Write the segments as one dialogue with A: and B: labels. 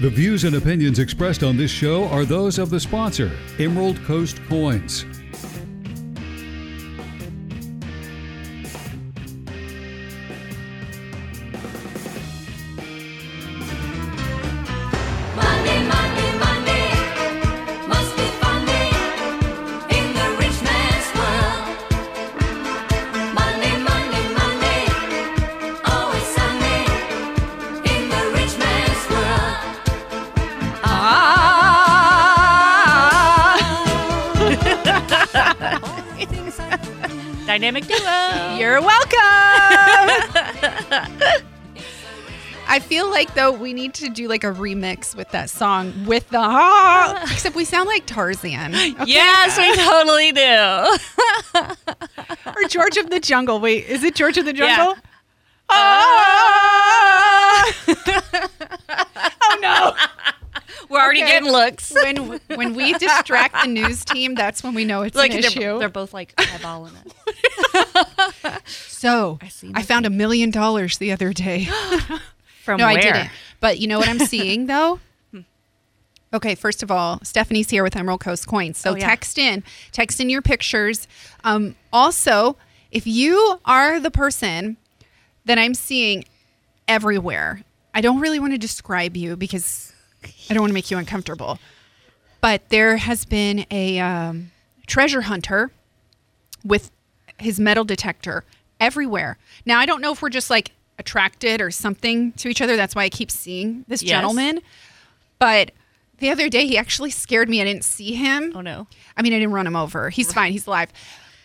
A: The views and opinions expressed on this show are those of the sponsor, Emerald Coast Coins.
B: Money, money, money must be funny in the rich man's world. Money, money, money, always sunny in the rich man's world.
C: Dynamic duo.
D: You're welcome. I feel like though we need to do like a remix with that song with the ha. Except we sound like Tarzan
C: Yes, we totally do.
D: or George of the Jungle. Wait, is it George of the
C: Yeah.
D: Jungle? Ah.
C: Oh, We're already
D: Okay.
C: getting looks.
D: when when we distract the news team, that's when we know it's
C: Like
D: an
C: they're,
D: issue.
C: they're both like eyeballing it.
D: so
C: I see
D: I found a million dollars the other day.
C: From
D: no,
C: where?
D: I didn't. But you know what I'm seeing though? Okay, first of all, Stephanie's here with Emerald Coast Coins. So
C: Oh, yeah.
D: text in, text in your pictures. Um, also, if you are the person that I'm seeing everywhere, I don't really want to describe you because I don't want to make you uncomfortable. But there has been a um, treasure hunter with his metal detector everywhere. Now, I don't know if we're just like attracted or something to each other. That's why I keep seeing this
C: Yes.
D: gentleman. But the other day, he actually scared me. I didn't see him.
C: Oh no.
D: I mean, I didn't run him over. He's fine. He's alive.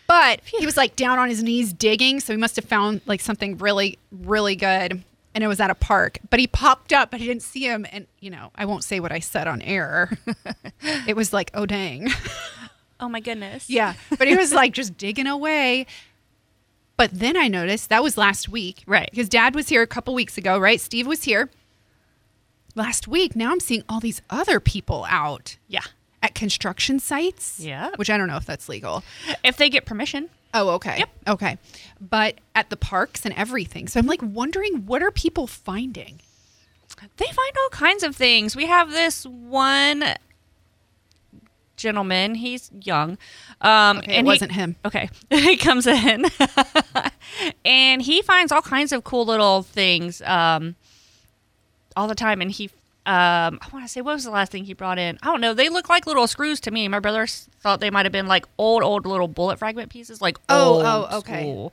D: But he was like down on his knees digging. So he must have found like something really, really good. And it was at a park. But he popped up, but I didn't see him. And, you know, I won't say what I said on air. it was like, oh, dang.
C: Oh my goodness.
D: Yeah. But he was like just digging away. But then I noticed that was last week.
C: Right.
D: Because dad was here a couple weeks ago, right? Steve was here last week. Now I'm seeing all these other people out
C: Yeah.
D: at construction sites.
C: Yeah.
D: Which I don't know if that's legal.
C: If they get permission.
D: Oh, okay.
C: Yep.
D: Okay. But at the parks and everything. So I'm like wondering what are people finding?
C: They find all kinds of things. We have this one gentleman. He's young. Um,
D: Okay, it
C: and he-
D: wasn't him.
C: Okay. he comes in and he finds all kinds of cool little things um, all the time. And he, um, I want to say, what was the last thing he brought in? I don't know. They look like little screws to me. My brother s- thought they might have been like old, old little bullet fragment pieces, like
D: Oh,
C: old
D: oh, okay.
C: school.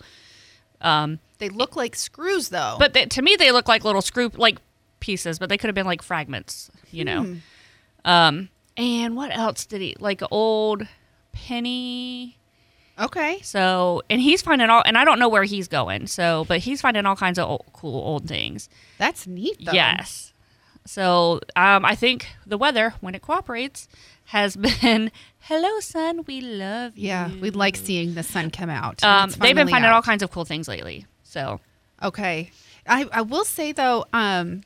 C: Um,
D: They look like screws though.
C: but they, to me, they look like little screw like pieces, but they could have been like fragments, you know.
D: Hmm.
C: Um, and what else did he like? a Old penny.
D: okay.
C: So, and he's finding all, and I don't know where he's going. So, but he's finding all kinds of old, cool old things.
D: That's neat though.
C: Yes. So, um, I think the weather, when it cooperates, has been hello, sun. We love you.
D: Yeah. We like seeing the sun come out.
C: Um,
D: It's
C: they've been
D: finally
C: finding
D: out.
C: all kinds of cool things lately. So,
D: Okay. I, I will say though, um,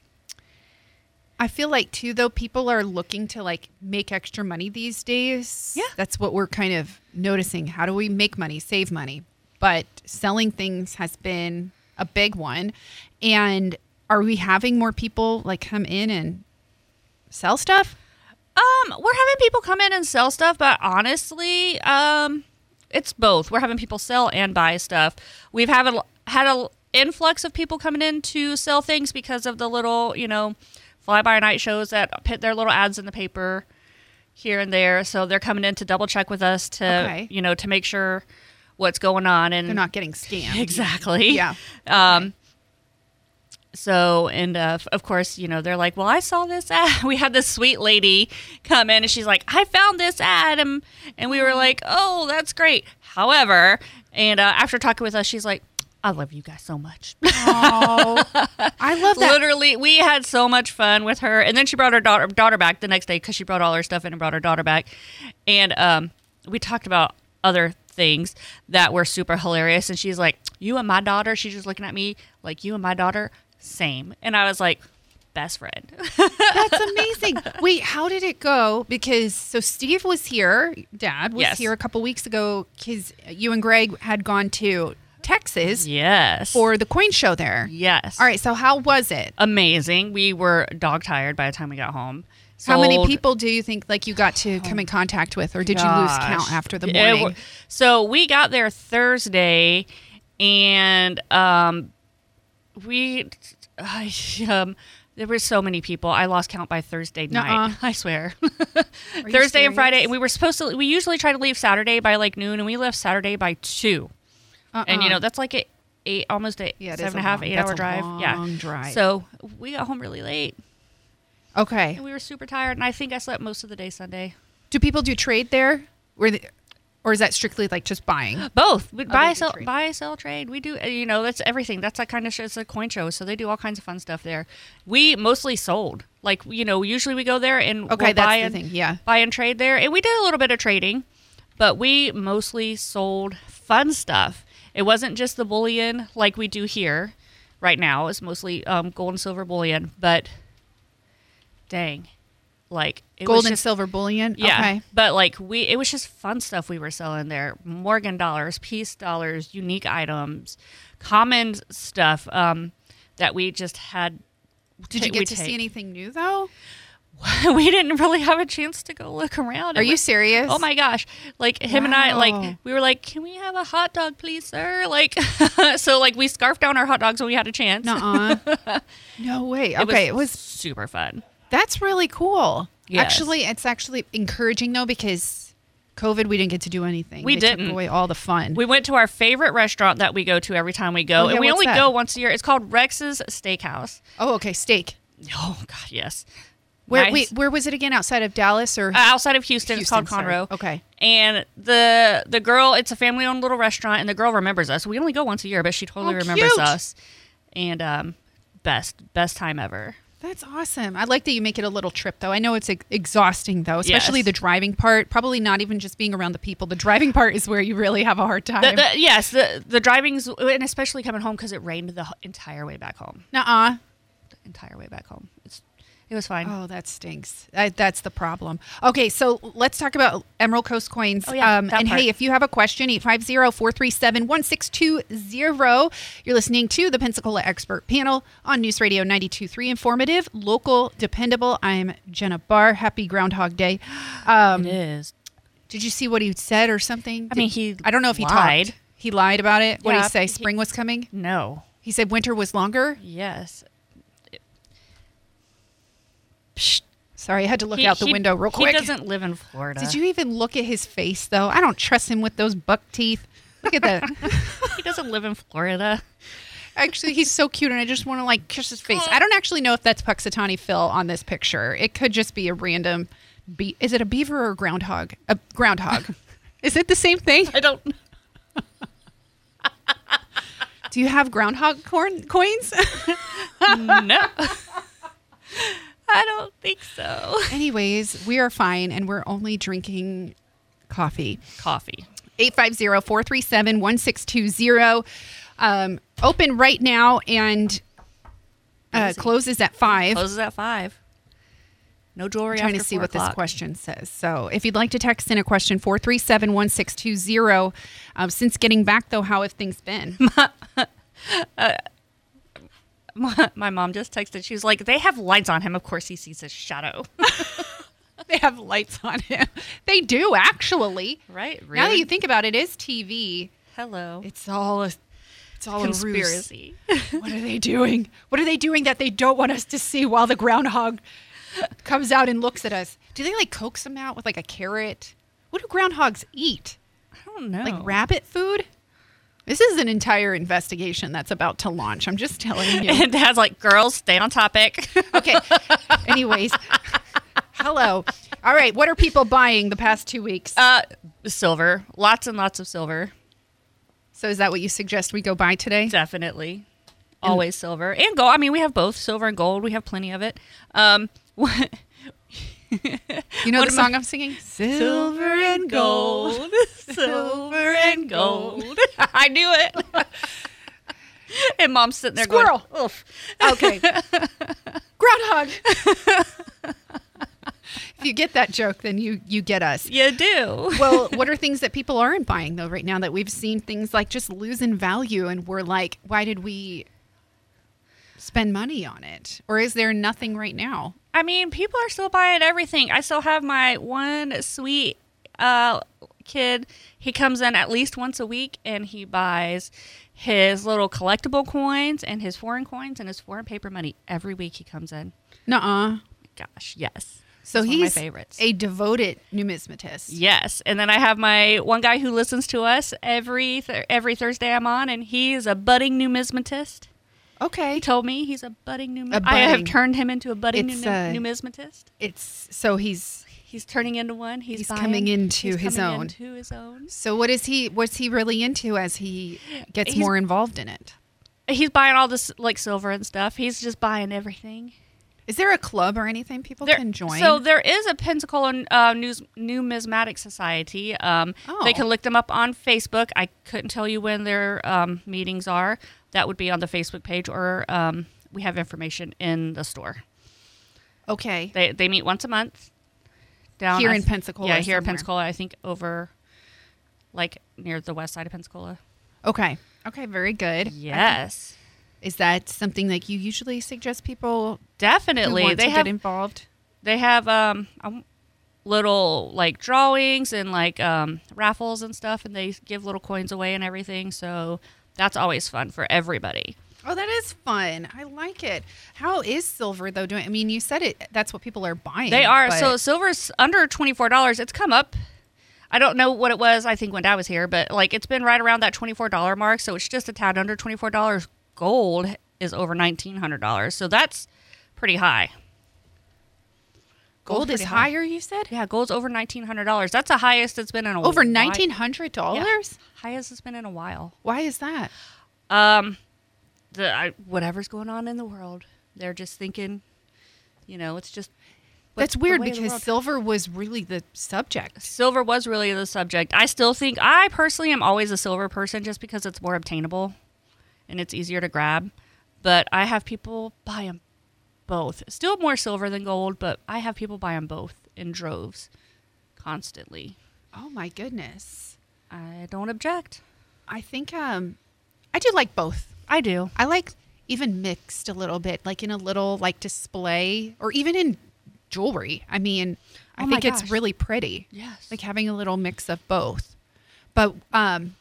D: I feel like too though people are looking to like make extra money these days.
C: Yeah.
D: That's what we're kind of noticing. How do we make money, save money? But selling things has been a big one. And are we having more people like come in and sell stuff?
C: Um, we're having people come in and sell stuff, but honestly, um, it's both. We're having people sell and buy stuff. We've had a, had a influx of people coming in to sell things because of the little, you know, fly by night shows that put their little ads in the paper here and there. So they're coming in to double check with us to,
D: Okay.
C: you know, to make sure what's going on and
D: They're not getting scammed.
C: Mm. exactly.
D: Yeah.
C: Um, so, and uh, f- of course, you know, they're like, well, I saw this ad. We had this sweet lady come in and she's like, I found this ad. And, and we were like, oh, that's great. However, and uh, after talking with us, she's like, I love you guys so much.
D: Oh, I love that.
C: Literally, we had so much fun with her. And then she brought her daughter, daughter back the next day because she brought all her stuff in and brought her daughter back. And um, we talked about other things that were super hilarious. And she's like, You and my daughter, she's just looking at me like, You and my daughter, same. And I was like, Best friend.
D: That's amazing. Wait, how did it go? Because so Steve was here, Dad was
C: Yes.
D: here a couple weeks ago because you and Greg had gone to Texas
C: Yes.
D: for the coin show there.
C: yes.
D: All right, so how was it?
C: Amazing. We were dog tired by the time we got home.
D: How many
C: Sold- Oh
D: people do you think like you got to come in contact with, or did you lose
C: Gosh.
D: count after the
C: It
D: morning?
C: wa- so we got there Thursday, and um, we I, um, there were so many people. I lost count by Thursday night.
D: Nuh-uh.
C: I swear.
D: you
C: Thursday and
D: serious?
C: Friday, and we were supposed to. We usually try to leave Saturday by like noon, and we left Saturday by two. And you know that's like a eight, almost a
D: Uh-uh. Yeah, it is
C: seven and a
D: a
C: half,
D: long-
C: eight
D: that's
C: hour
D: a
C: drive.
D: long
C: yeah,
D: drive.
C: So we got home really late,
D: okay.
C: and we were super tired. And I think I slept most of the day Sunday.
D: Do people do trade there? Where the, or is that strictly like just buying?
C: Both we
D: they
C: buy
D: do
C: sell
D: trade.
C: buy sell trade. We do uh, you know that's everything. That's that kind of show. It's a coin show, so they do all kinds of fun stuff there. We mostly sold. Like you know, usually we go there and
D: Okay,
C: we'll
D: that's
C: buy
D: the
C: and,
D: thing, yeah.
C: buy and trade there, and we did a little bit of trading, but we mostly sold fun stuff. It wasn't just the bullion like we do here right now. It's mostly um, gold and silver bullion, but dang, like it
D: Gold
C: was
D: and
C: just-
D: silver bullion.
C: yeah.
D: Okay.
C: But like we it was just fun stuff we were selling there. Morgan dollars, peace dollars, unique items, common stuff um that we just had
D: Did you
C: ta- we
D: get to see
C: take.
D: anything new though?
C: we didn't really have a chance to go look around.
D: Are
C: It
D: you
C: was-
D: serious?
C: Oh my gosh. Like him and I like
D: Wow.
C: we were like, "Can we have a hot dog, please, sir?" Like so like we scarfed down our hot dogs when we had a chance.
D: Nuh-uh. no way. Okay, it was
C: super fun.
D: That's really cool.
C: Yes.
D: Actually, it's actually encouraging though because COVID, we didn't get to do anything.
C: We
D: They
C: didn't.
D: took away all the fun.
C: We went to our favorite restaurant that we go to every time we go,
D: Oh, yeah,
C: and we
D: what's
C: only
D: that?
C: go once a year. It's called Rex's Steakhouse.
D: oh, okay, steak.
C: Oh God, yes.
D: Where
C: Nice.
D: wait, where was it again? Outside of Dallas or
C: Uh, outside of Houston,
D: Houston,
C: it's called
D: sorry.
C: Conroe.
D: Okay.
C: And the the girl, it's a family owned little restaurant, and the girl remembers us. We only go once a year, but she totally
D: Oh,
C: remembers
D: cute.
C: us. And um, best best time ever.
D: That's awesome. I like that you make it a little trip though. I know it's ex- exhausting though, especially
C: Yes.
D: the driving part. Probably not even just being around the people. The driving part is where you really have a hard
C: The,
D: time.
C: the, yes, the the driving's and especially coming home because it rained the h- entire way back home.
D: Nuh-uh.
C: The entire way back home. It's it was fine.
D: Oh, that stinks. I, that's the problem. Okay, so let's talk about Emerald Coast Coins. Um,
C: Oh, yeah, that
D: and
C: part.
D: hey, if you have a question, 850-437-1620. You're listening to the Pensacola Expert Panel on News Radio 92.3. Informative, local, dependable. I'm Jenna Barr. Happy Groundhog Day. Um,
C: It is.
D: did you see what he said or something?
C: I mean,
D: Did-
C: he
D: I don't know if he
C: lied.
D: talked. He lied about it. what did
C: Yeah,
D: he say?
C: he-
D: Spring was coming?
C: No.
D: He said winter was longer?
C: Yes.
D: Sorry, I had to look
C: He-
D: out the
C: he-
D: window real quick.
C: He doesn't live in Florida.
D: Did you even look at his face though? I don't trust him with those buck teeth. Look at that.
C: He doesn't live in Florida.
D: actually, he's so cute, and I just want to like kiss his face. I don't actually know if that's Puxatani Phil on this picture. It could just be a random. Be- is it a beaver or a groundhog? A groundhog. is it the same thing?
C: I don't.
D: Do you have groundhog corn coins?
C: no. I don't think so.
D: Anyways, we are fine, and we're only drinking coffee.
C: Coffee.
D: 850-437-1620 um, open right now and uh,
C: Easy.
D: closes at 5
C: Closes at five. No jewelry.
D: trying to
C: after
D: see
C: four
D: what this
C: o'clock.
D: question says. So, if you'd like to text in a question, 437 1620. Um, since getting back, though, how have things been?
C: My, my mom just texted. She was like, "They have lights on him. Of course, he sees his shadow."
D: they have lights on him. They do, actually.
C: right.
D: Now that
C: Rude.
D: you think about it, it is TV.
C: Hello.
D: It's all a. It's all
C: conspiracy.
D: a ruse. What are they doing? What are they doing that they don't want us to see while the groundhog comes out and looks at us? Do they like coax them out with like a carrot? What do groundhogs eat?
C: I don't know.
D: like rabbit food. This is an entire investigation that's about to launch. I'm just telling you.
C: And Dad's like, "Girls, stay on topic."
D: Okay. Anyways, hello. All right. What are people buying the past two weeks?
C: uh, silver. Lots and lots of silver.
D: so is that what you suggest we go buy today?
C: Definitely. Always silver and gold. I mean, we have both silver and gold. We have plenty of it. Um,
D: You know
C: one
D: the
C: of my-
D: song I'm singing? Silver and
C: silver and gold. I knew it. and mom's sitting there
D: Squirrel.
C: going, "Oof."
D: Okay. Groundhog. if you get that joke, then you you get us.
C: You do.
D: Well, what are things that people aren't buying though right now that we've seen things like just losing value and we're like, why did we spend money on it? Or is there nothing right now?
C: I mean, people are still buying everything. I still have my one sweet uh, kid. He comes in at least once a week and he buys his little collectible coins and his foreign coins and his foreign paper money every week. He comes in.
D: Nuh-uh.
C: Gosh, yes. It's
D: So
C: one of my
D: he's
C: favorites.
D: a devoted numismatist.
C: Yes, and then I have my one guy who listens to us every th- every Thursday I'm on, and he is a budding numismatist.
D: Okay.
C: He told me he's a budding numismatist.
D: A
C: I have
D: budding-
C: turned him into a budding
D: It's,
C: num-
D: uh,
C: numismatist.
D: It's so he's
C: He's turning into one. He's,
D: he's
C: buying-
D: coming into
C: he's
D: his
C: coming
D: own.
C: Into his own.
D: so what is he what's he really into as he gets
C: He's-
D: more involved in it?
C: He's buying all this like silver and stuff. He's just buying everything.
D: Is there a club or anything people
C: There-
D: can join?
C: So there is a Pensacola uh, news, numismatic society. Um, They
D: Oh.
C: can look them up on Facebook. I couldn't tell you when their um, meetings are. That would be on the Facebook page, or um, we have information in the store.
D: okay.
C: They they meet once a month. Down
D: Here
C: I
D: in
C: th-
D: Pensacola
C: Yeah, here in
D: somewhere.
C: Pensacola. I think over, like near the west side of Pensacola.
D: Okay. Okay, very good.
C: Yes,
D: Is that something like you usually suggest people who
C: definitely.
D: want
C: They
D: to
C: have
D: get involved?
C: they have um um, little like drawings and like um raffles and stuff and they give little coins away and everything so that's always fun for everybody
D: Oh, that is fun. I like it. How is silver though doing? I mean, you said it. That's what people are buying.
C: they are so
D: but-
C: silver's under $24 it's come up i don't know what it was i think when dad was here but like it's been right around that $24 mark so it's just a tad under $24 gold is over $1900 so that's pretty high
D: gold is
C: pretty high.
D: higher. You said
C: yeah gold's over $1900 that's the highest it's been in a
D: over
C: while.
D: nineteen hundred
C: yeah,
D: dollars.
C: highest it's been in a while
D: Why is that?
C: um the I, whatever's going on in the world they're just thinking you know it's just what's
D: That's
C: the
D: weird
C: way of the
D: because
C: world.
D: silver was really the subject.
C: silver was really the subject i still think i personally am always a silver person just because it's more obtainable and it's easier to grab but i have people buy them both still more silver than gold but i have people buy them both in droves constantly
D: Oh my goodness.
C: i don't object
D: I think um, I do like both.
C: i do
D: I like even mixed a little bit, like in a little like display or even in jewelry. I mean, I
C: Oh my
D: think it's
C: gosh.
D: really pretty.
C: Yes.
D: Like having a little mix of both. But um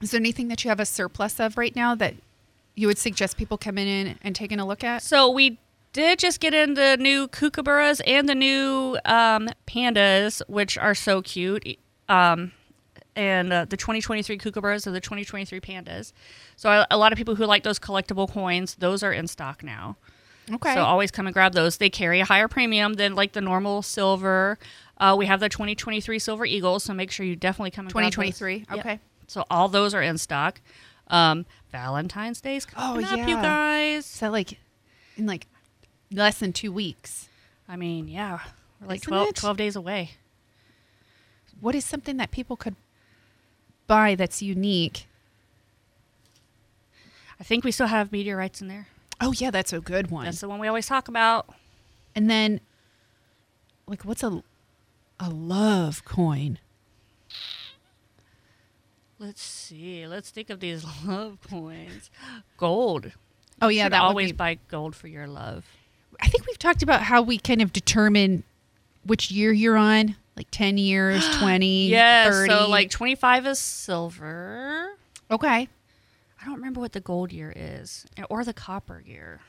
D: is there anything that you have a surplus of right now that you would suggest people coming in and taking a look at?
C: So we did just get in the new kookaburras and the new um, pandas, which are so cute. Um, and uh, the 2023 kookaburras and the 2023 pandas. So I, a lot of people who like those collectible coins, those are in stock now.
D: Okay.
C: So always come and grab those. They carry a higher premium than like the normal silver. Uh, we have the 2023 silver eagles, so make sure you definitely come and grab those.
D: 2023,
C: Yep.
D: okay.
C: So all those are in stock. Um, Valentine's Day's
D: Oh,
C: coming up, you
D: yeah.
C: guys.
D: so like in like less than 2 weeks.
C: I mean, yeah, we're like
D: Isn't
C: 12,
D: it?
C: 12 days away.
D: What is something that people could buy that's unique?
C: I think we still have meteorites in there.
D: Oh yeah, that's a good one.
C: That's the one we always talk about.
D: And then, like, what's a a love coin?
C: Let's see. Let's think of these love coins. Gold.
D: Oh
C: You
D: yeah,
C: should
D: that
C: always
D: always.
C: buy gold for your love.
D: I think we've talked about how we kind of determine which year you're on, like ten years, twenty,
C: Yeah.
D: 30.
C: So like twenty five is silver.
D: okay,
C: I don't remember what the gold year is eh, or the copper year.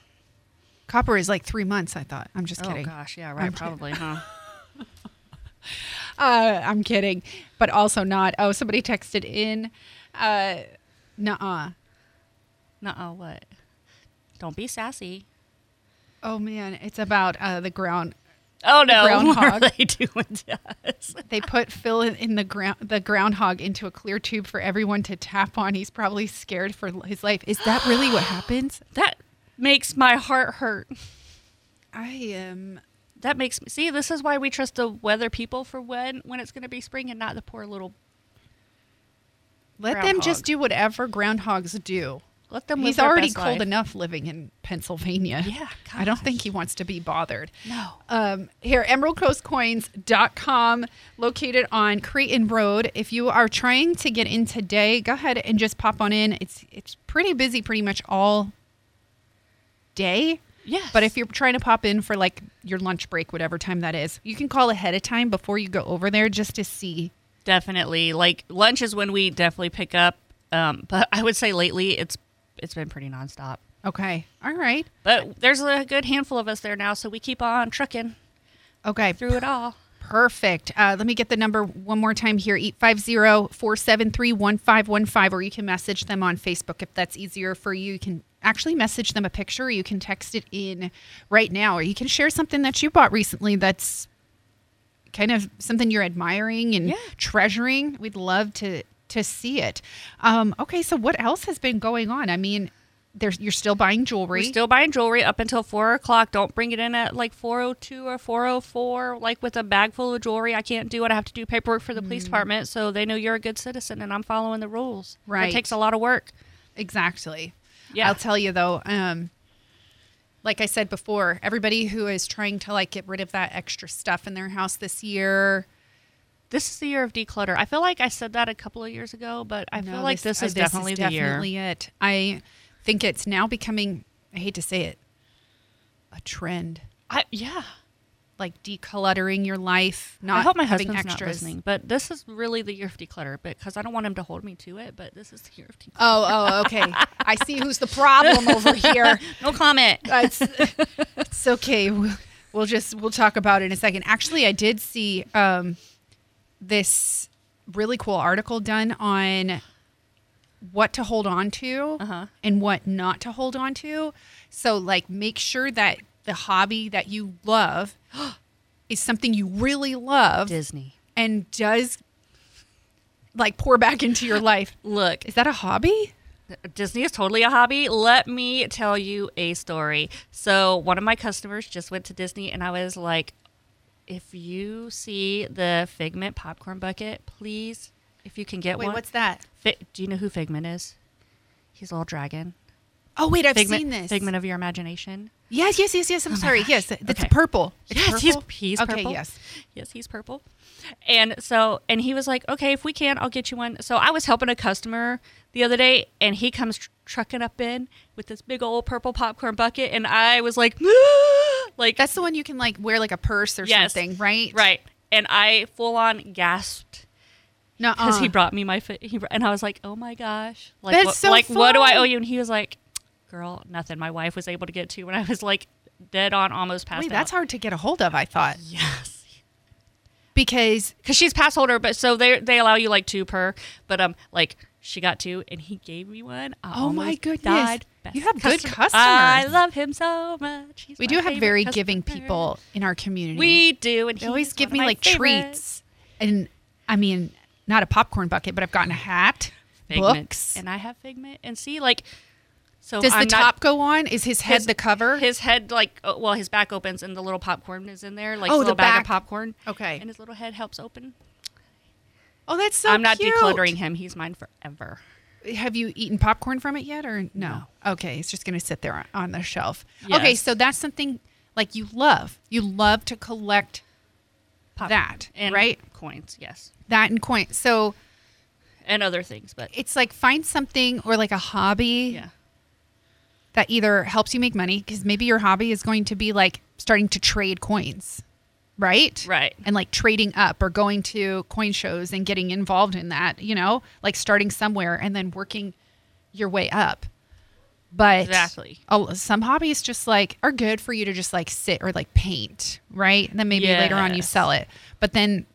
D: copper is like three months. I thought. I'm just
C: Oh
D: kidding.
C: gosh, yeah, right,
D: I'm kidding.
C: probably, huh?
D: Uh, I'm kidding, but also not. Oh, somebody texted in. Uh, nuh-uh.
C: Nuh-uh, what? Don't be sassy.
D: Oh man, it's about uh, the ground.
C: Oh no,
D: groundhog.
C: what are they doing to us?
D: They put Phil in, in the ground, the groundhog, into a clear tube for everyone to tap on. He's probably scared for his life. Is that really what happens?
C: That makes my heart hurt.
D: I am.
C: That makes me see. This is why we trust the weather people for when when it's going to be spring and not the poor little.
D: Let them
C: Groundhog.
D: just do whatever groundhogs do.
C: Let them. Live
D: He's
C: their
D: already
C: best
D: cold
C: life.
D: enough living in Pennsylvania.
C: Yeah,
D: I don't think he wants to be bothered.
C: No.
D: Um, here, emeraldcoastcoins.com, located on Creighton Road. If you are trying to get in today, go ahead and just pop on in. It's it's pretty busy pretty much all day.
C: Yes.
D: But if you're trying to pop in for like your lunch break, whatever time that is, you can call ahead of time before you go over there just to see.
C: Definitely. Like lunch is when we definitely pick up. Um, but I would say lately it's it's been pretty nonstop.
D: Okay. All right.
C: But there's a good handful of us there now, so we keep on trucking
D: Okay.
C: through it all.
D: Perfect. Uh, let me get the number one more time here 850 473 1515, or you can message them on Facebook if that's easier for you. You can actually message them a picture, or you can text it in right now, or you can share something that you bought recently that's kind of something you're admiring and
C: Yeah.
D: treasuring. We'd love to to see it. Um, okay, so what else has been going on? I mean, there's, you're still buying jewelry.
C: We're still buying jewelry up until four o'clock. Don't bring it in at like four oh two or four oh four, like with a bag full of jewelry. I can't do it. I have to do paperwork for the police department, so they know you're a good citizen and I'm following the rules.
D: Right.
C: It takes a lot of work.
D: Exactly.
C: Yeah.
D: I'll tell you though, um, like I said before, everybody who is trying to like get rid of that extra stuff in their house this year,
C: This is the year of declutter. I feel like I said that a couple of years ago, but I
D: no,
C: feel like this,
D: uh,
C: is definitely the year.
D: definitely it. I think it's now becoming. I hate to say it, a trend
C: I, yeah.
D: like decluttering your life. Not
C: I hope my
D: having
C: husband's not
D: extras.
C: listening, but this is really the year of declutter because I don't want him to hold me to it. But this is the year of declutter.
D: Oh, oh, okay. I see who's the problem over here.
C: No comment.
D: Uh, it's, it's okay. We'll, we'll just we'll talk about it in a second. Actually, I did see um, this really cool article done on what to hold on to
C: Uh-huh.
D: and what not to hold on to. So, like, make sure that the hobby that you love is something you really love
C: Disney.
D: and does like pour back into your life.
C: Look,
D: Is that a hobby?
C: Disney is totally a hobby. Let me tell you a story. So, one of my customers just went to Disney, and I was like, if you see the Figment popcorn bucket, please, if you can get
D: Wait,
C: one.
D: what's that?
C: Fi- Do you know who Figment is? He's a little dragon.
D: Oh, wait, I've
C: Figment,
D: seen this.
C: Figment of your imagination.
D: Yes, yes, yes, yes. I'm sorry. Yes, it's
C: Oh Okay.
D: purple. It's
C: yes, he's,
D: purple?
C: he's
D: okay,
C: purple.
D: Yes.
C: yes, he's purple. And so, and he was like, "Okay, if we can, I'll get you one." So I was helping a customer the other day, and he comes tr- trucking up in with this big old purple popcorn bucket, and I was like, "Like
D: That's the one you can like wear like a purse or
C: Yes.
D: something, right?
C: right," and I full on gasped
D: No,
C: because he brought me my fi- he, br- and I was like, "Oh my gosh!" Like,
D: Uh. That's
C: what,
D: so
C: like what do I
D: fun.
C: owe you? And he was like, "Girl, nothing." My wife was able to get to, and I was like, dead on, almost passed.
D: Wait, that's
C: out.
D: hard to get a hold of. I thought
C: Yes.
D: because
C: because she's pass holder, but so they they allow you like two per, but um like she got two and he gave me one. I
D: Oh, my
C: almost
D: goodness.
C: died.
D: You have good customers.
C: I love him so much. He's
D: we
C: my
D: do have
C: favorite
D: very
C: customer.
D: giving people in our community.
C: We do, and
D: they always
C: he's
D: give
C: one
D: me
C: of my
D: like
C: favorites.
D: treats, and I mean not a popcorn bucket, but I've gotten a hat,
C: Figment.
D: books.
C: and I have figment, and see like so
D: Does
C: I'm
D: the
C: not-
D: top go on? Is his head
C: his-
D: the cover?
C: His head, like, oh, well, his back opens and the little popcorn is in there, like
D: Oh,
C: a
D: the
C: little bag
D: back.
C: of popcorn.
D: Okay.
C: And his little head helps open.
D: oh, that's so.
C: I'm not
D: cute.
C: decluttering him. He's mine forever.
D: have you eaten popcorn from it yet or no? Okay, it's just going to sit there on- on the shelf. Okay,
C: Yes.
D: so that's something like you love. You love to collect
C: Popcorn.
D: that,
C: And
D: right?
C: coins, yes.
D: That and coins. So
C: And other things, but
D: it's like find something or like a hobby
C: yeah.
D: that either helps you make money because maybe your hobby is going to be like starting to trade coins, right?
C: Right.
D: And like trading up or going to coin shows and getting involved in that, you know, like starting somewhere and then working your way up. But
C: Exactly.
D: a- some hobbies just like are good for you to just like sit or like paint, right? And then maybe later on you
C: Yes.
D: sell it. But then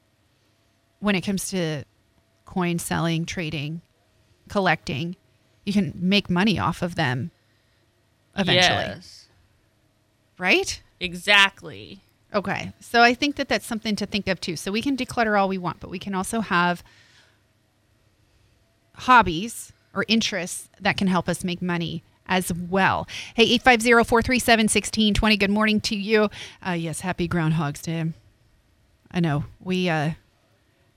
D: when it comes to coin selling, trading, collecting, you can make money off of them eventually,
C: Yes,
D: right?
C: exactly.
D: Okay. So I think that that's something to think of too. So we can declutter all we want, but we can also have hobbies or interests that can help us make money as well. Hey, 850-437-1620. Good morning to you. Uh, yes, happy Groundhog's Day. I know. We uh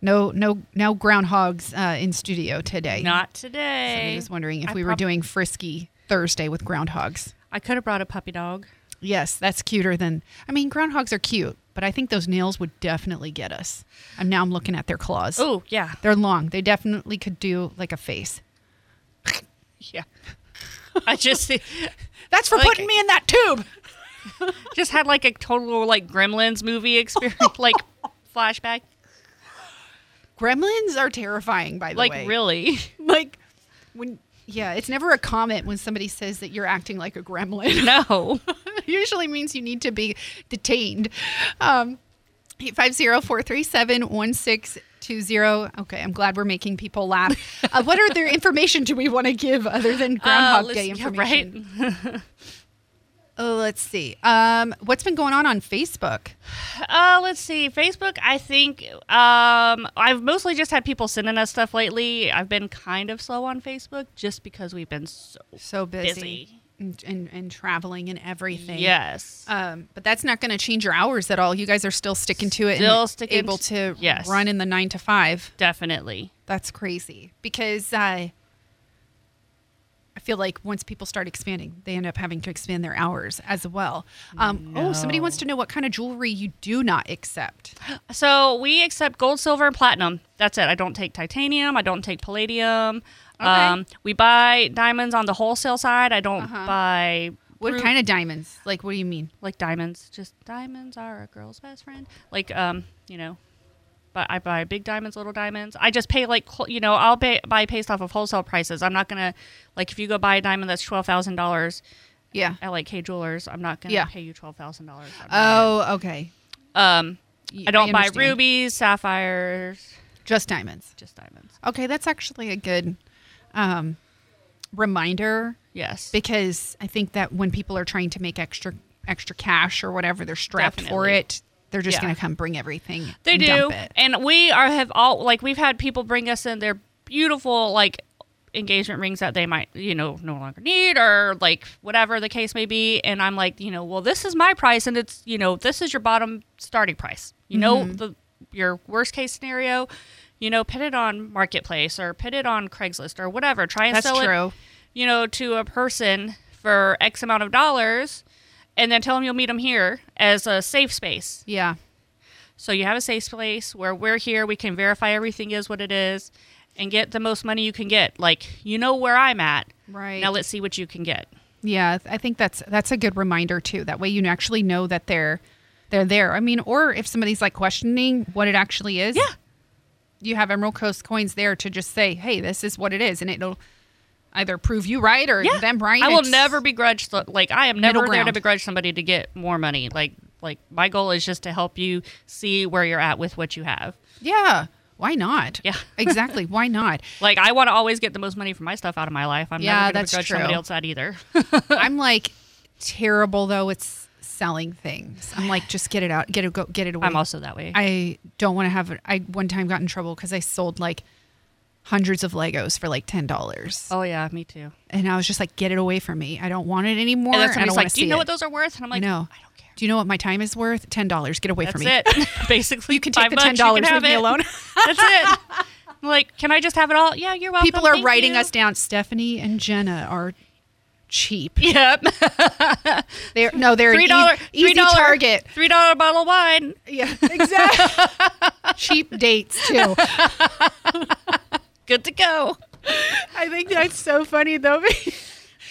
D: No, no, no groundhogs uh, in studio today.
C: Not
D: So
C: today.
D: I'm just wondering if
C: I
D: we were
C: prob-
D: doing frisky Thursday with groundhogs.
C: I could have brought a puppy dog.
D: Yes, that's cuter than. I mean, groundhogs are cute, but I think those nails would definitely get us. I'm now I'm looking at their claws.
C: Oh yeah,
D: They're long. They definitely could do like a face.
C: yeah. I just
D: That's for
C: Like-
D: putting me in that tube.
C: just had like a total like Gremlins movie experience, like flashback.
D: Gremlins are terrifying, by the
C: Like
D: way.
C: really,
D: Like when yeah, it's never a comment when somebody says that you're acting like a gremlin.
C: no.
D: usually means you need to be detained. Um, 850-437-1620. Okay, I'm glad we're making people laugh. Uh, what other information do we want to give other than Groundhog
C: let's-
D: Day
C: Uh, yeah,
D: information? Oh, let's see. Um, what's been going on on Facebook?
C: Uh, let's see. Facebook, I think um, I've mostly just had people sending us stuff lately. I've been kind of slow on Facebook just because we've been so.
D: So
C: Busy.
D: And, and, and traveling and everything.
C: Yes.
D: Um, but that's not going to change your hours at all. You guys are still sticking to it
C: Still
D: and
C: sticking
D: able
C: to-
D: to
C: yes.
D: run in the nine to five.
C: Definitely.
D: That's crazy because uh, I feel like once people start expanding, they end up having to expand their hours as well. Um, Oh, somebody wants to know what kind of jewelry you do not accept.
C: So we accept gold, silver, and platinum. That's it. I don't take titanium. I don't take palladium.
D: Okay.
C: Um, we buy diamonds on the wholesale side. I don't buy
D: Uh-huh. What
C: Ru-
D: kind of diamonds? Like, what do you mean?
C: like diamonds. Just diamonds are a girl's best friend. Like um, you know, but I buy big diamonds, little diamonds. I just pay like cl- you know, I'll pay, buy based off of wholesale prices. I'm not gonna like if you go buy a diamond that's twelve thousand dollars
D: Yeah.
C: at like K Jewelers, I'm not gonna
D: Yeah.
C: pay you twelve thousand dollars.
D: Oh, okay.
C: um,
D: Y-
C: I don't buy
D: understand.
C: rubies, sapphires,
D: Just diamonds.
C: just diamonds.
D: Okay, that's actually a good um, reminder
C: Yes,
D: because I think that when people are trying to make extra extra cash or whatever, they're strapped for
C: Definitely.
D: it. They're just
C: Yeah.
D: going to come bring everything.
C: They
D: and
C: do,
D: dump it.
C: and we are have all like we've had people bring us in their beautiful like engagement rings that they might you know no longer need or like whatever the case may be. And I'm like, you know, well, this is my price, and it's you know this is your bottom starting price. You know
D: Mm-hmm.
C: the your worst case scenario. You know, put it on marketplace or put it on Craigslist or whatever. Try and
D: That's
C: sell it,
D: true.
C: you know, to a person for X amount of dollars, and then tell them you'll meet them here as a safe space.
D: Yeah.
C: So you have a safe place where we're here, we can verify everything is what it is and get the most money you can get. Like, you know where I'm at.
D: Right.
C: Now let's see what you can get.
D: Yeah, th- I think that's that's a good reminder too. That way you actually know that they're they're there. I mean, or if somebody's like questioning what it actually is,
C: Yeah.
D: you have Emerald Coast coins there to just say, "Hey, this is what it is," and it'll either prove you right or
C: Yeah.
D: them right.
C: I will
D: It's-
C: never begrudge the, like I am never
D: Middle
C: there to
D: ground.
C: begrudge somebody to get more money. Like like my goal is just to help you see where you're at with what you have.
D: Yeah, why not?
C: Yeah.
D: exactly. Why not?
C: Like I want to always get the most money for my stuff out of my life. I'm
D: Yeah,
C: never going
D: that's
C: to begrudge somebody
D: true.
C: else that either.
D: I'm like terrible though. It's selling things. I'm like, just get it out, get it, go, get it away.
C: I'm also that way.
D: I don't want to have. I one time got in trouble because I sold like hundreds of Legos for like ten dollars.
C: oh yeah, me too.
D: And I was just like, get it away from me. I don't want it anymore.
C: And then
D: I
C: somebody's
D: don't
C: like, "Do you know what those are worth?" And I'm like,
D: no.
C: I don't care."
D: Do you know what my time is worth? Ten dollars. Get away from me.
C: That's it. Basically,
D: You can take
C: five
D: the
C: bucks,
D: ten
C: you
D: dollars.
C: can
D: Leave
C: have
D: me
C: it.
D: alone.
C: That's it. I'm like, can I just have it all? Yeah, you're welcome.
D: People are
C: Thank
D: writing
C: you.
D: us down. Stephanie and Jenna are cheap.
C: Yep,
D: They're no, they're
C: three dollar,
D: an e- easy
C: $3
D: target.
C: three dollar bottle of wine.
D: Yeah, exactly. cheap dates too.
C: Good to go.
D: I think that's so funny though. Wait,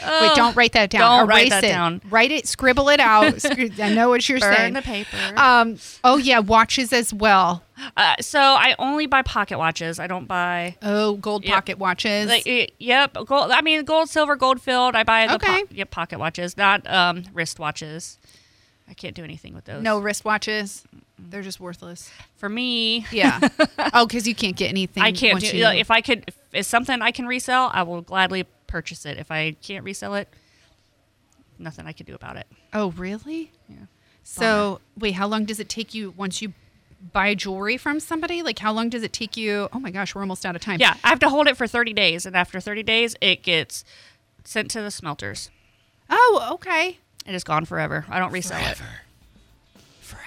C: Oh,
D: don't write that down.
C: Don't write
D: Erase
C: that
D: it.
C: down.
D: Write it. Scribble it out. Scri- I know what you're
C: Burn
D: saying.
C: the paper.
D: Um. Oh yeah, watches as well.
C: Uh, so I only buy pocket watches. I don't buy.
D: Oh, gold
C: Yep.
D: pocket watches.
C: Like, uh, yep, gold. I mean, gold, silver, gold filled. I buy the
D: Okay.
C: po- yep, pocket watches, not um, wrist watches. I can't do anything with those.
D: No wristwatches. They're just worthless.
C: for me,
D: Yeah. oh, because you can't get anything.
C: I can't
D: once
C: do
D: you-
C: like, if I could if it's something I can resell, I will gladly purchase it. If I can't resell it, nothing I can do about it.
D: oh, really?
C: Yeah.
D: So wait, how long does it take you once you buy jewelry from somebody? Like how long does it take you? Oh my gosh, we're almost out of time.
C: Yeah, I have to hold it for 30 days and after 30 days it gets sent to the smelters.
D: Oh, okay.
C: It is gone forever. I don't resell it.
D: Forever.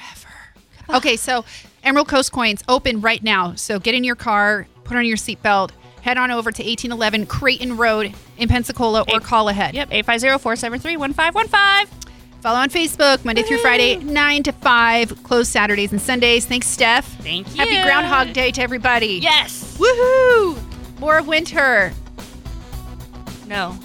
D: Okay, so Emerald Coast Coins open right now. So get in your car, put on your seatbelt, head on over to 1811 Creighton Road in Pensacola or
C: Eight-
D: call ahead.
C: Yep, 850-473-1515.
D: Follow on Facebook Monday through Friday, 9 to 5, closed Saturdays and Sundays. Thanks, Steph.
C: Thank
D: Happy
C: you.
D: Groundhog Day to everybody.
C: Yes.
D: Woohoo! More winter.
C: No.